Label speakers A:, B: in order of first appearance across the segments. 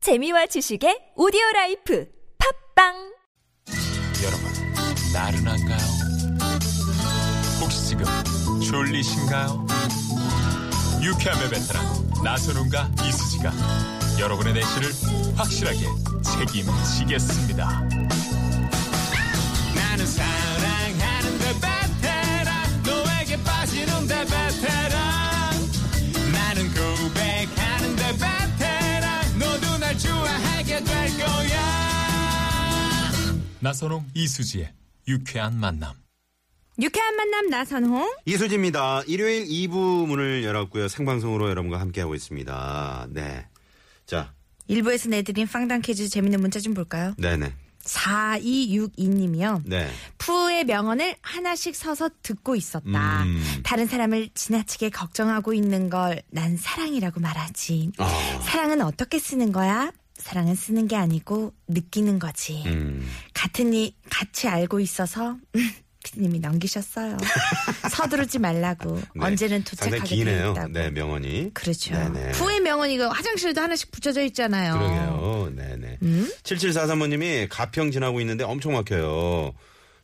A: 재미와 지식의 오디오 라이프 팝빵
B: 여러분, 나른한가요? 혹시 지금 졸리신가요? 유쾌함의 베테랑 나선웅과 이수지가 여러분의 내실을 확실하게 책임지겠습니다. 나는 사랑하는데 베테랑 너에게 빠지는데 베테랑 나는 고백하는데 베테랑 너도 날 좋아하게 될 거야. 나선홍 이수지의 유쾌한 만남.
C: 유쾌한 만남 나선홍.
D: 이수지입니다. 일요일 2부 문을 열었고요. 생방송으로 여러분과 함께하고 있습니다. 네. 자,
C: 일부에서 내드린 빵당 퀴즈 재밌는 문자 좀 볼까요?
D: 네네.
C: 4262님이요.
D: 네.
C: 푸의 명언을 하나씩 서서 듣고 있었다.
D: 음.
C: 다른 사람을 지나치게 걱정하고 있는 걸 난 사랑이라고 말하지.
D: 아.
C: 사랑은 어떻게 쓰는 거야? 사랑은 쓰는 게 아니고 느끼는 거지.
D: 음.
C: 같으니 같이 알고 있어서 음, 피디님이 넘기셨어요. 서두르지 말라고.
D: 네.
C: 언제는 도착하게
D: 상당히
C: 돼
D: 기네요.
C: 있다고.
D: 네, 명언이.
C: 그렇죠.
D: 네네.
C: 후의 명언 이거 화장실에도 하나씩 붙여져 있잖아요.
D: 그러게요. 네네.
C: 음?
D: 7743번님이 가평 지나고 있는데 엄청 막혀요.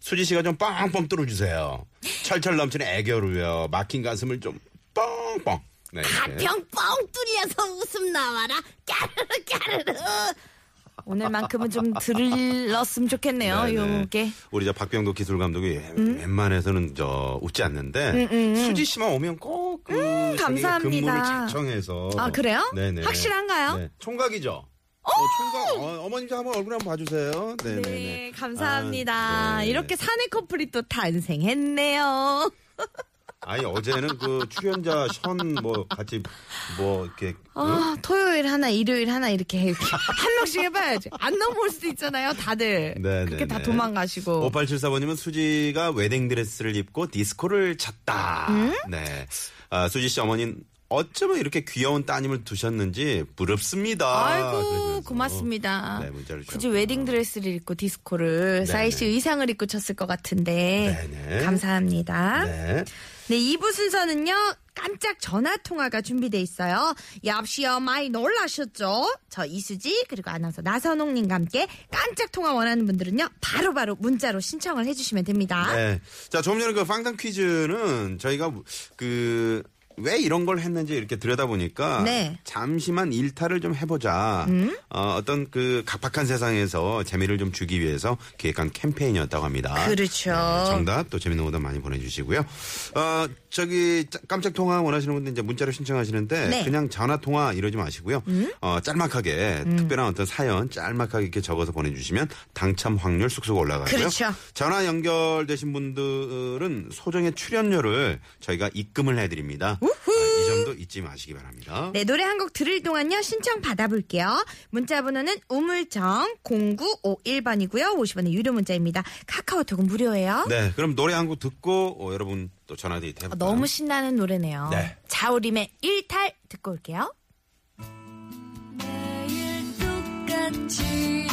D: 수지 씨가 좀 뻥뻥 뚫어주세요. 철철 넘치는 애교로요. 막힌 가슴을 좀 뻥뻥. 네, 이렇게.
E: 가평 뻥 뚫려서 웃음 나와라 까르르 까르르
C: 오늘만큼은 좀 들렀으면 좋겠네요.
D: 네네.
C: 아, 요게 음?
D: 우리 저 박병도 기술 감독이 웬만해서는 저 웃지 않는데 수지 씨만 오면 꼭 그, 저기
C: 음, 감사합니다.
D: 근무를 자청해서
C: 아, 그래요?
D: 네네.
C: 확실한가요?
D: 네. 총각이죠. 어, 총각 어, 머님도 한번 얼굴 한번 봐주세요. 네네네.
C: 네, 감사합니다.
D: 아, 네.
C: 이렇게 사내 커플이 또 탄생했네요.
D: 아니 어제는 그 출연자 션 뭐 같이 뭐 이렇게
C: 아, 토요일 하나, 일요일 하나 이렇게 해. 이렇게 한 명씩 해봐야지. 안 넘어올 수도 있잖아요, 다들.
D: 네네네.
C: 그렇게 다 도망가시고.
D: 5874번님은 수지가 웨딩 드레스를 입고 디스코를 쳤다. 네. 아, 수지 씨 어머님 어쩌면 이렇게 귀여운 따님을 두셨는지 부럽습니다.
C: 아이고
D: 그러면서.
C: 고맙습니다.
D: 네, 문자를
C: 굳이
D: 주셨구나. 네,
C: 웨딩 드레스를 입고 디스코를 사이 씨 의상을 입고 쳤을 것 같은데
D: 네네.
C: 감사합니다. 네.
D: 네.
C: 2부 순서는요 깜짝 전화 통화가 준비돼 있어요. 엽시요 많이 놀라셨죠? 저 이수지 그리고 아나운서 나선홍님과 함께 깜짝 통화 원하는 분들은요 바로바로 문자로 신청을 해주시면 됩니다.
D: 네. 자, 조금 전에 그 빵당 퀴즈는 저희가 그, 왜 이런 걸 했는지 이렇게 들여다보니까
C: 네. 음?
D: 잠시만 일탈을 좀 해보자. 어, 어떤 그 각박한 세상에서 재미를 좀 주기 위해서 기획한 캠페인이었다고 합니다.
C: 그렇죠.
D: 네, 정답 또 재밌는 오답 많이 보내주시고요. 어, 저기 짜- 깜짝 통화 원하시는 분들 이제 문자로 신청하시는데
C: 네. 음?
D: 그냥 전화 통화 이러지 마시고요. 어, 짤막하게 특별한 어떤 사연 짤막하게 이렇게 적어서 보내주시면 당첨 확률 쑥쑥 올라가고요.
C: 그렇죠.
D: 전화 연결되신 분들은 소정의 출연료를 저희가 입금을 해드립니다. 아, 이 점도 잊지 마시기 바랍니다.
C: 네, 노래 한 곡 들을 동안요, 신청 받아볼게요. 문자 번호는 우물정 0951번이고요. 50원의 유료 문자입니다. 카카오톡은 무료예요.
D: 네, 그럼 노래 한 곡 듣고 어, 여러분 또 전화 데이트
C: 어,
D: 해볼까요?
C: 너무 신나는 노래네요.
D: 네.
C: 자우림의 일탈 듣고 올게요.
E: 매일 똑같이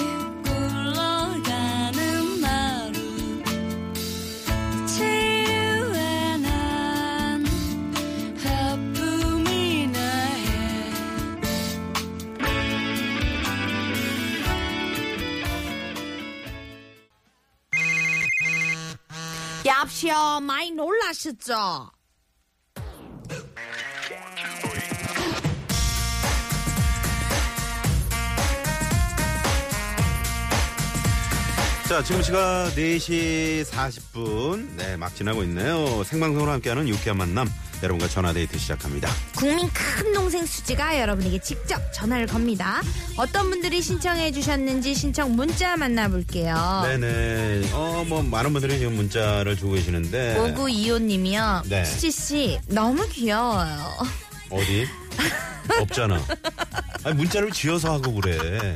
E: 굴러가는 하루 치유해 난 하품이나 해
C: 얍시요, 많이 놀라셨죠?
D: 자, 지금 시각 4시 40분. 네, 막 지나고 있네요. 생방송으로 함께하는 유쾌한 만남. 여러분과 전화데이트 시작합니다.
C: 국민 큰 동생 수지가 여러분에게 직접 전화를 겁니다. 어떤 분들이 신청해 주셨는지 신청 문자 만나볼게요.
D: 네네. 어, 뭐, 많은 분들이 지금 문자를 주고 계시는데.
C: 5925님이요.
D: 네. 아,
C: 수지씨, 너무 귀여워요.
D: 어디? 없잖아. 아니, 문자를 지어서 하고 그래.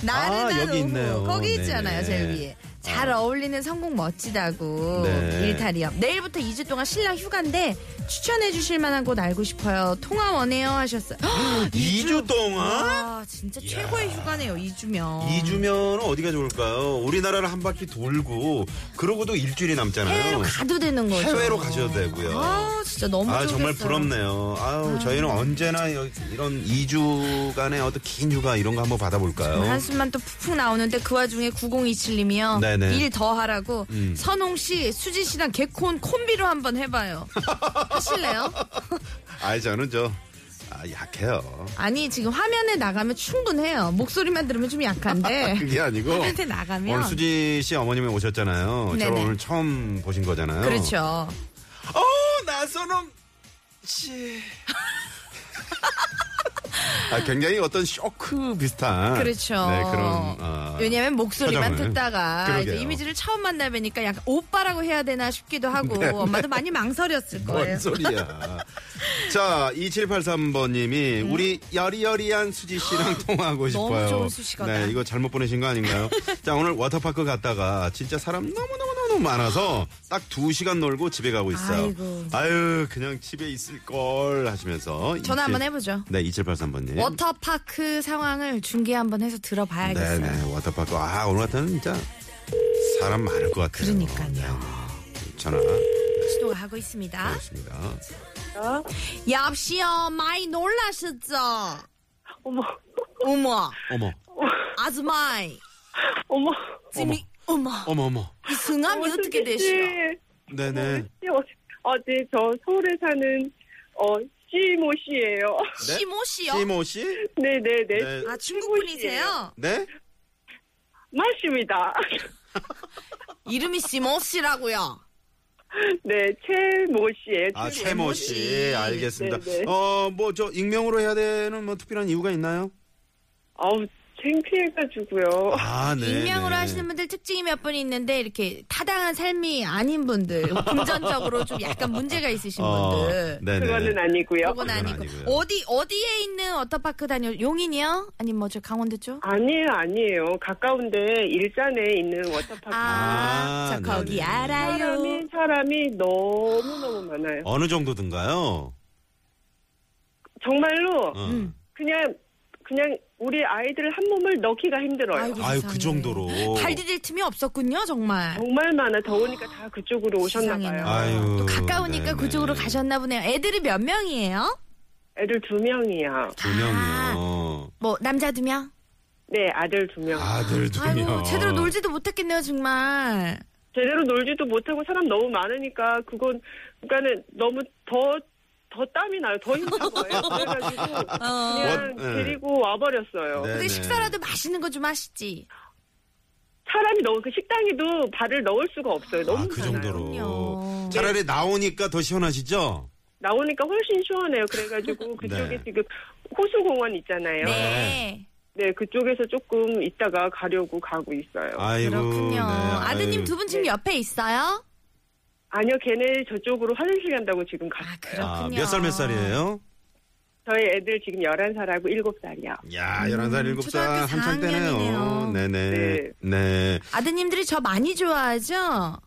C: 나른한
D: 아, 여기
C: 오후
D: 있네요.
C: 거기
D: 네네.
C: 있잖아요 제일 위에 잘 어울리는 성공 멋지다고
D: 네.
C: 일탈이요. 내일부터 2주 동안 신랑 휴가인데 추천해 주실 만한 곳 알고 싶어요. 통화 원해요 하셨어요. 헉,
D: 2주 동안?
C: 와 진짜 최고의 휴가네요. 2주면.
D: 2주면 어디가 좋을까요? 우리나라를 한 바퀴 돌고 그러고도 일주일이 남잖아요.
C: 해외로 가도 되는 거죠.
D: 음. 해외로 가셔도 되고요.
C: 아 진짜 너무
D: 아, 정말
C: 좋겠어요.
D: 부럽네요. 아유, 저희는 언제나 여- 이런 2주간의 어떤 긴 휴가 이런 거 한번 받아볼까요?
C: 한숨만 또 푹푹 나오는데 그 와중에 9027님이요.
D: 네네. 음.
C: 일 더 하라고 선홍 씨, 수지 씨랑 개콘 콤비로 한번 해봐요. 하실래요?
D: 아, 저는 저 아, 약해요.
C: 아니 지금 화면에 나가면 충분해요. 목소리만 들으면 좀 약한데.
D: 그게 아니고
C: 화면에 나가면.
D: 오늘 수지 씨 어머님이 오셨잖아요. 저를
C: 네네.
D: 오늘 처음 보신 거잖아요.
C: 그렇죠.
D: 어, 나선홍 씨. 아, 굉장히 어떤 쇼크 비슷한
C: 그렇죠.
D: 네, 그런 어,
C: 왜냐면 목소리만
D: 표정을.
C: 듣다가
D: 그러게요.
C: 이제 이미지를 처음 만나 뵈니까 약간 오빠라고 해야 되나 싶기도 하고
D: 네.
C: 엄마도 많이 망설였을 거예요.
D: 뭔 소리야. 자, 2783번님이 우리 여리여리한 수지 씨랑 통화하고 싶어요.
C: 네. 좋은 수식어다.
D: 네, 이거 잘못 보내신 거 아닌가요? 자, 오늘 워터파크 갔다가 진짜 사람 너무너무너무 많아서 딱 두시간 놀고 집에 가고 있어요.
C: 아이고.
D: 유 그냥 집에 있을 걸 하시면서
C: 전화
D: 이제-
C: 한번 해보죠.
D: 네, 2783번님.
C: 워터파크 상황을 중계 한번 해서
D: 네,
C: 들어봐야겠어요.
D: 네, 워터파크. 아, 오늘 같은 진짜 사람 많을 것 같아요.
C: 그러니까요. 아?
D: 네, 전화
C: 시도가 하고 있습니다.
D: 드렸습니다.
C: 엽시요, 많이 놀라셨죠?
F: 어머,
C: 어머,
D: 어머,
C: 아즈마이.
F: 어머.
C: 지금, 이- 어머,
D: 어머, 어머.
C: 이 승함이 어떻게 되시나?
D: 네네.
F: 네.
C: 어,
F: 어제 아, 네, 저 서울에 사는 어 시모 씨예요.
D: 네?
C: 시모 씨요?
D: 시모 씨?
F: 네네네.
D: 네.
C: 아, 중국분이세요?
D: 네?
F: 맞습니다.
C: 이름이 시모 씨라고요.
F: 네 최모 씨예요.
D: 아, 최모 씨.
C: 씨.
D: 알겠습니다.
F: 네네.
D: 어, 뭐, 저, 익명으로 해야 되는 뭐 특별한 이유가 있나요?
F: 아우 창피해가지고요.
D: 아, 네.
C: 어, 익명으로
D: 네.
C: 하시는 분들 특징이 몇 분 있는데 이렇게 타당한 삶이 아닌 분들, 금전적으로 좀 약간 문제가 있으신
D: 어,
C: 분들.
D: 네네.
F: 그거는 아니고요.
C: 그건
D: 그건
C: 아니고
D: 아니고요.
C: 어디 어디에 있는 워터파크 다녀 용인이요? 아니 뭐 저 강원도 쪽?
F: 아니에요, 아니에요. 가까운데 일산에 있는 워터파크.
C: 아, 저
D: 아,
C: 거기
D: 네네.
C: 알아요.
F: 사람이 사람이 너무 너무 많아요.
D: 어느 정도든가요?
F: 정말로
D: 어.
C: 음.
F: 그냥 그냥 우리 아이들 한 몸을 넣기가 힘들어요.
C: 아이고.
D: 아유,
C: 세상에.
D: 그 정도로.
C: 발 디딜 틈이 없었군요, 정말.
F: 정말 많아 더우니까 다 그쪽으로 오셨나 봐요.
C: 세상에나.
D: 아유,
C: 또 가까우니까
D: 네네.
C: 그쪽으로 가셨나 보네요. 애들이 몇 명이에요?
F: 애들 두 명이야.
D: 두 명이요.
C: 뭐 남자 두 명?
F: 네, 아들 두 명.
D: 아들 두
C: 아이고
D: 명.
C: 제대로 놀지도 못했겠네요, 정말.
F: 제대로 놀지도 못하고 사람 너무 많으니까 그건 그러니까는 너무 더 더 땀이 나요. 더 힘든 거예요. 그래가지고
C: 어.
F: 그냥
D: 어, 네.
F: 데리고 와버렸어요.
D: 네.
C: 근데 식사라도 맛있는 거 좀 하시지.
F: 사람이 너무 그 식당에도 발을 넣을 수가 없어요. 너무
D: 아, 그
F: 많아요.
D: 정도로.
C: 그럼요.
D: 차라리 나오니까 더 시원하시죠?
F: 나오니까 훨씬 시원해요. 그래가지고 그쪽에
D: 네.
F: 지금 호수공원 있잖아요. 네.
C: 네.
F: 그쪽에서 조금 있다가 가려고 가고 있어요.
D: 아이고.
C: 그렇군요.
D: 네,
C: 아드님
D: 아유.
C: 두 분
F: 네.
C: 지금 옆에 있어요?
F: 아니요, 걔네 저쪽으로 화장실 간다고 지금 갔어요.
C: 아,
D: 아,
C: 그렇군요.
D: 몇 살, 몇 살이에요?
F: 저희 애들 지금 11살하고 7살이요.
D: 야, 11살, 7살,
C: 음, 초등학교
D: 한창 때네요.
C: 사학년이네요.
D: 네네.
F: 네.
D: 네.
C: 아드님들이 저 많이 좋아하죠?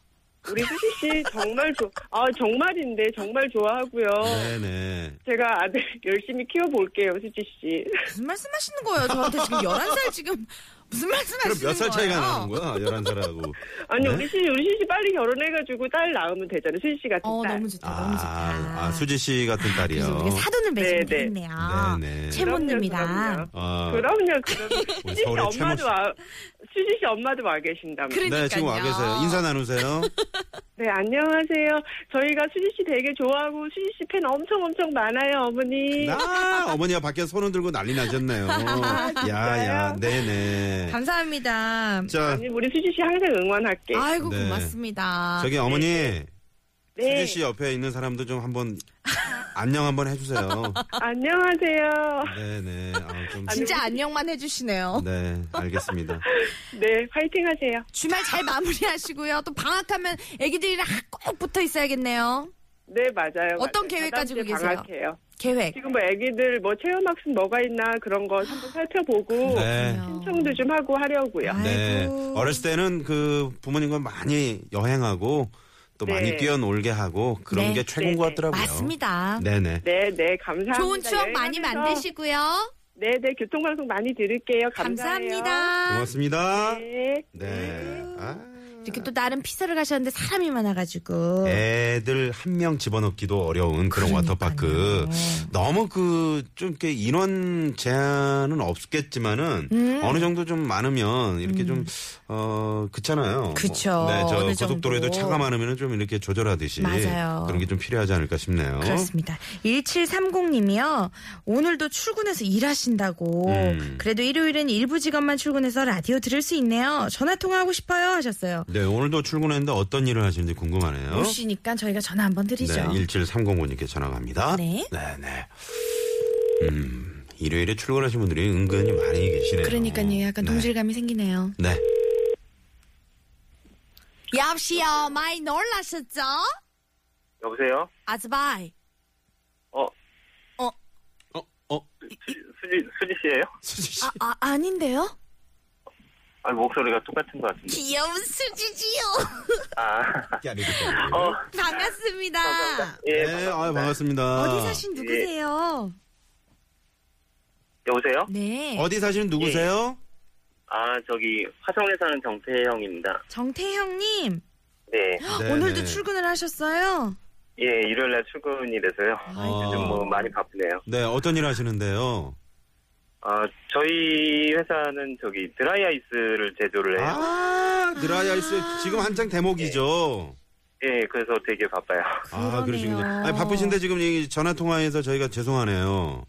F: 우리 수지 씨 정말 좋, 아, 정말인데 정말 좋아하고요.
D: 네네.
F: 제가 아들 열심히 키워볼게요, 수지 씨.
C: 무슨 말씀 하시는 거예요? 저한테 지금 11살 지금 무슨 말씀 하시는
D: 그럼
C: 거예요?
D: 몇 살 차이가
C: 아,
D: 나는 거야? 11살하고.
F: 아니,
D: 네?
F: 우리 씨, 우리 수지 씨 빨리 결혼해가지고 딸 낳으면 되잖아요, 수지 씨 같은
C: 어,
F: 딸.
C: 너무 좋다, 너무 좋다.
D: 아, 아, 수지 씨 같은
C: 그래서
D: 딸이요.
C: 우리가 사돈을 맺으면
F: 네, 네.
C: 되겠네요.
D: 네, 네.
C: 채모님이랑.
D: 아,
F: 그럼요, 그럼요.
D: 우리
F: 수지 씨
D: 서울의 최모 씨.
F: 엄마도 와, 수지 씨 엄마도 와 계신다면.
C: 그러니까요.
D: 네, 지금 와 계세요. 인사 나누세요.
F: 네, 안녕하세요. 저희가 수지 씨 되게 좋아하고 수지 씨 팬 엄청 엄청 많아요, 어머니.
D: 아, 어머니가 밖에 손을 들고 난리 나셨네요.
C: 아,
D: 야, 야, 네네.
C: 감사합니다.
D: 자,
F: 아니, 우리 수지 씨 항상 응원할게.
C: 아이고
D: 네.
C: 고맙습니다.
D: 저기 어머니,
F: 네,
D: 수지 씨 옆에 있는 사람도 좀 한번 안녕 한번 해주세요.
F: 안녕하세요.
D: 네네. 아, 좀.
C: 진짜 안녕만 해주시네요.
D: 네, 알겠습니다.
F: 네, 파이팅 하세요.
C: 주말 잘 마무리하시고요. 또 방학하면 애기들이랑 꼭 붙어 있어야겠네요.
F: 네, 맞아요.
C: 어떤
F: 맞아요.
C: 계획 가지고
F: 다다음 주에
C: 계세요?
F: 방학해요.
C: 계획.
F: 지금 뭐 애기들 뭐 체험학습 뭐가 있나 그런 거 한번
C: 어,
F: 살펴보고
D: 네.
F: 신청도 좀 하고 하려고요.
D: 네.
C: 아이고.
D: 어렸을 때는 그 부모님과 많이 여행하고 또
F: 네.
D: 많이 뛰어놀게 하고 그런
C: 네.
D: 게 최고인 것
F: 네, 네.
D: 같더라고요.
C: 맞습니다.
D: 네네.
F: 네, 네, 감사합니다.
E: 좋은 추억 많이
F: 여행하면서
E: 만드시고요.
F: 네, 네, 교통방송 많이 들을게요. 감사해요.
C: 감사합니다.
D: 고맙습니다.
F: 네.
D: 네. 아,
C: 이렇게 또 나름 피서를 가셨는데 사람이 많아가지고.
D: 네. 애들 한 명 집어넣기도 어려운 그런 워터파크. 너무 그, 좀 이렇게 인원 제한은 없겠지만은
C: 음.
D: 어느 정도 좀 많으면 이렇게 좀, 어, 그렇잖아요.
C: 그쵸.
D: 네, 저
C: 어느
D: 고속도로에도
C: 정도.
D: 차가 많으면 좀 이렇게 조절하듯이.
C: 맞아요.
D: 그런 게 좀 필요하지 않을까 싶네요.
C: 그렇습니다. 1730님이요. 오늘도 출근해서 일하신다고.
D: 음.
C: 그래도 일요일은 일부 직원만 출근해서 라디오 들을 수 있네요. 전화 통화하고 싶어요 하셨어요.
D: 네, 오늘도 출근했는데 어떤 일을 하시는지 궁금하네요.
C: 오시니까 저희가 전화 한번
D: 네,
C: 드리죠.
D: 17305님께 전화 갑니다.
C: 네.
D: 네, 네. 음, 일요일에 출근하신 분들이 은근히 많이 계시네요.
C: 그러니까요. 약간
D: 네.
C: 동질감이 생기네요.
D: 네.
E: 얍시요, 많이 놀라셨죠?
G: 여보세요?
E: 아즈바이.
G: 어,
D: 어, 어,
G: 수지, 수지 씨예요
D: 수지 씨.
E: 아, 아닌데요?
G: 아, 목소리가 똑같은 것 같은데.
E: 귀여운 수지지요.
G: 아,
D: 야, 네.
G: 어,
E: 반갑습니다.
G: 예.
D: 네, 아유, 반갑습니다.
C: 어디 사신 누구세요?
G: 여보세요?
C: 네.
D: 어디 사시는 누구세요?
G: 아, 저기, 화성에 사는 정태형입니다.
C: 정태형님.
G: 네.
D: 네,
C: 예. 오늘도
D: 네.
C: 출근을 하셨어요?
G: 예, 일요일 날 출근이라서요.
D: 아.
G: 요즘 뭐 많이 바쁘네요.
D: 네, 어떤 일 하시는데요?
G: 아, 저희 회사는 저기 드라이 아이스를
C: 네.
G: 제조를 해요.
D: 아, 드라이 아이스 지금 한창 대목이죠.
G: 예, 그래서 되게 바빠요.
D: 아,
C: 그러네요.
D: 그러시군요. 아니, 바쁘신데 지금 이 전화 통화해서 저희가 죄송하네요.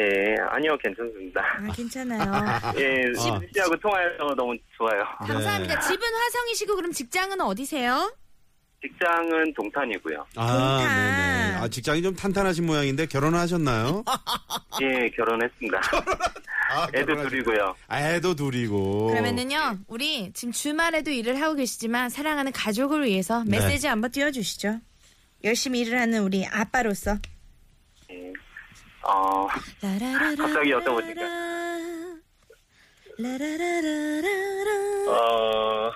G: 예, 아니요, 괜찮습니다.
C: 아, 괜찮아요.
G: 예,
D: 아.
G: 수지 씨하고 통화해서 너무 좋아요.
E: 감사합니다. 집은 화성이시고 그럼 직장은 어디세요?
G: 직장은 동탄이고요.
D: 아,
C: 동탄.
D: 네네. 아, 직장이 좀 탄탄하신 모양인데 결혼하셨나요?
G: 예, 결혼했습니다.
D: 아,
G: 애도
D: 결혼하셨-
G: 둘이고요.
D: 아, 애도 둘이고.
C: 그러면은요, 우리 지금 주말에도 일을 하고 계시지만 사랑하는 가족을 위해서
D: 네.
C: 메시지 한번 띄워주시죠. 열심히 일을 하는 우리 아빠로서.
G: 예. 어, 갑자기 여쭤보니까.
C: 라라라라라라.
G: 어,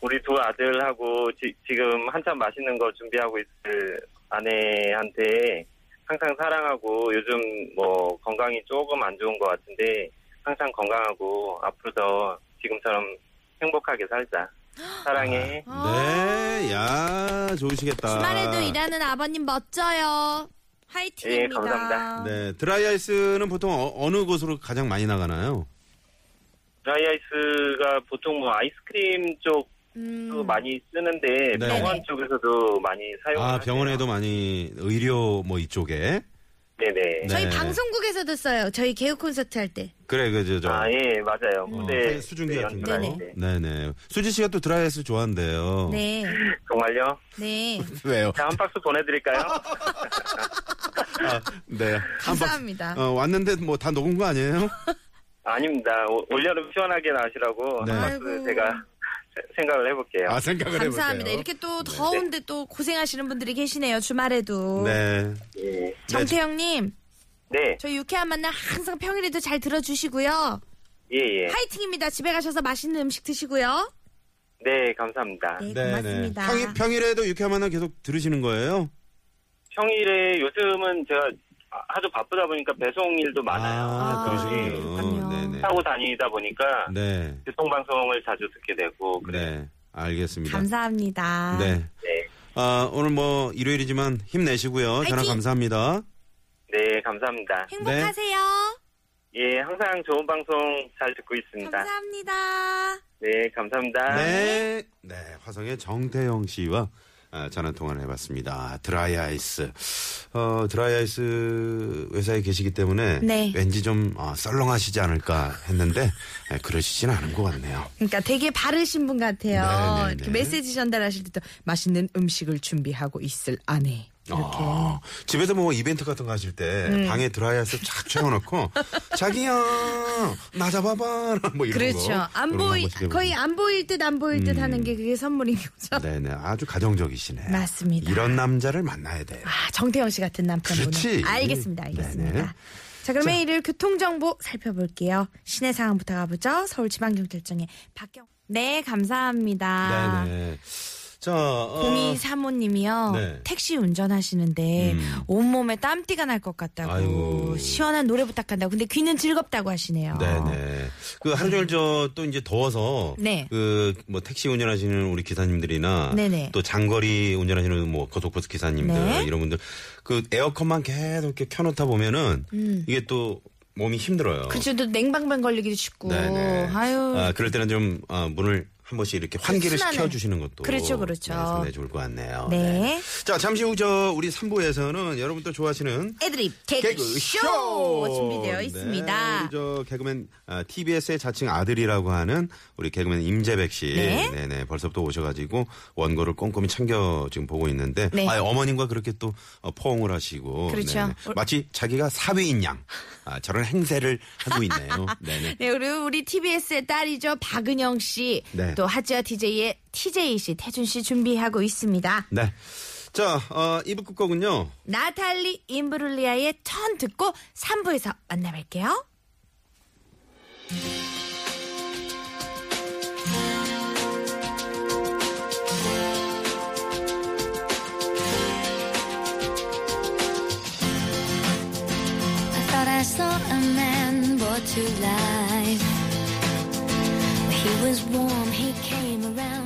G: 우리 두 아들하고 지, 지금 한참 맛있는 걸 준비하고 있을 아내한테 항상 사랑하고 요즘 뭐 건강이 조금 안 좋은 것 같은데 항상 건강하고 앞으로도 지금처럼 행복하게 살자. 사랑해.
C: 어.
D: 네, 야, 좋으시겠다.
E: 주말에도 일하는 아버님 멋져요.
C: 화이팅입니다.
G: 예, 감사합니다.
D: 네, 드라이 아이스는 보통 어, 느 곳으로 가장 많이 나가나요?
G: 드라이 아이스가 보통 뭐 아이스크림 쪽도 많이 쓰는데
D: 음. 네.
G: 병원 쪽에서도 많이 사용.
D: 아, 병원에도 많이 의료 뭐 이쪽에.
G: 네네.
D: 네.
E: 저희 방송국에서도 써요. 저희 개그 콘서트 할 때.
D: 그래, 그, 저, 저.
G: 아, 예, 맞아요. 무대
D: 음. 수증기 같은 거.
G: 연주할
E: 네네.
G: 때.
D: 네. 네네. 수지 씨가 또 드라이 아이스 좋아한대요.
E: 네.
G: 정말요?
E: 네.
D: 왜요?
G: 자, 한 박스 보내드릴까요?
D: 아, 네.
C: 감사합니다.
D: 어, 왔는데 뭐 다 녹은 거 아니에요?
G: 아닙니다. 오- 올여름 시원하게 나시라고
D: 네.
G: 한 박스 제가 세- 생각을 해볼게요.
D: 아, 생각을 해보세요.
C: 감사합니다. 이렇게 또 더운데 또 고생하시는 분들이 계시네요. 주말에도.
D: 네.
G: 예.
C: 정태영님,
G: 네,
C: 저 유쾌한 만남 항상 평일에도 잘 들어주시고요.
G: 예,
D: 네.
G: 예.
C: 화이팅입니다. 집에 가셔서 맛있는 음식 드시고요.
G: 네, 감사합니다.
C: 네,
D: 네,
C: 고맙습니다.
D: 평일, 평일에도 유쾌한 만남 계속 들으시는 거예요?
G: 평일에 요즘은 제가 아- 아주 바쁘다 보니까 배송 일도 많아요. 예,
D: 아,
C: 아,
D: 그러시군요.
C: 그렇군요.
D: 네네.
G: 타고 다니다 보니까
D: 네.
G: 교통방송을 자주 듣게 되고, 그래요.
D: 네. 알겠습니다.
C: 감사합니다.
D: 네.
G: 네.
D: 아, 오늘 뭐 일요일이지만 힘내시고요. 전화 감사합니다.
G: 네, 감사합니다.
E: 행복하세요.
G: 예, 항상 좋은 방송 잘 듣고 있습니다.
E: 감사합니다.
G: 네, 감사합니다.
D: 네. 네, 화성의 정태영 씨와 아, 전화 통화를 해봤습니다. 드라이 아이스. 어, 드라이 아이스 회사에 계시기 때문에
C: 네.
D: 왠지 좀 어, 썰렁하시지 않을까 했는데 예, 그러시진 않은 것 같네요.
C: 그러니까 되게 바르신 분 같아요.
D: 네, 네, 네.
C: 이렇게 음. 메시지 전달하실 때도 맛있는 음식을 준비하고 있을 아내.
D: 아, 집에서 뭐 이벤트 같은 거 하실 때 방에 드라이어스 쫙 채워놓고 자기야 나 잡아봐 뭐 이런 거
C: 그렇죠. 안
D: 이런 거
C: 보이
D: 한번 시도해보세요. 음.
C: 거의 안 보일 듯 안 보일 듯 하는 게 그게 선물인 거죠.
D: 네네 아주 가정적이시네
C: 맞습니다.
D: 이런 남자를 만나야 돼요
C: 아 정태영 씨 같은 남편분은
D: 그렇지. 예.
C: 알겠습니다, 알겠습니다.
D: 네네.
C: 자 그러면 일일 교통 정보 살펴볼게요. 시내 상황부터 가보죠. 서울지방경찰청의 박경. 네 감사합니다.
D: 네네 자 어,
C: 아. 공이 사모님이요
D: 네. 음.
C: 택시 운전하시는데 온몸에 땀띠가 날 것 같다고
D: 아이고.
C: 시원한 노래 부탁한다고 근데 귀는 즐겁다고 하시네요.
D: 네네. 그 하루 종일 저 또 이제 더워서
C: 네.
D: 그 뭐 택시 운전하시는 우리 기사님들이나
C: 네네.
D: 또 장거리 운전하시는 뭐 고속버스 기사님들
C: 네.
D: 이런 분들 그 에어컨만 계속 이렇게 켜놓다 보면은 이게 또 몸이 힘들어요.
C: 음. 그렇죠. 또 냉방병 걸리기도 쉽고.
D: 네네.
C: 아유. 그
D: 아, 그럴 때는 좀 아, 문을 한 번씩 이렇게 환기를
C: 순환을.
D: 시켜주시는 것도
C: 그렇죠, 그렇죠.
D: 네, 상당히 좋을 것 같네요.
C: 네.
D: 자 잠시 후 저 우리 3부에서는 여러분들 좋아하시는
C: 애드립
D: 개그
C: 개그쇼 준비되어
D: 네,
C: 있습니다.
D: 우리 저 개그맨 아, TBS의 자칭 아들이라고 하는 우리 개그맨 임재백 씨,
C: 네.
D: 네 벌써부터 오셔가지고 원고를 꼼꼼히 챙겨 지금 보고 있는데,
C: 네.
D: 아, 어머님과 그렇게 또 어, 포옹을 하시고,
C: 그렇죠.
D: 네네. 마치 자기가 사위인 양 아, 저런 행세를 하고 있네요. 네네.
C: 네, 그리고 우리 TBS의 딸이죠. 박은영 씨.
D: 네.
C: 또 하지와 DJ의 TJ 씨, 태준 씨 준비하고 있습니다.
D: 네. 자, 어, 2부 끝곡은요.
C: 나탈리 임브룰리아의 턴 듣고 3부에서 만나뵐게요.
H: I thought I saw a man brought to life. He was warm, he came around.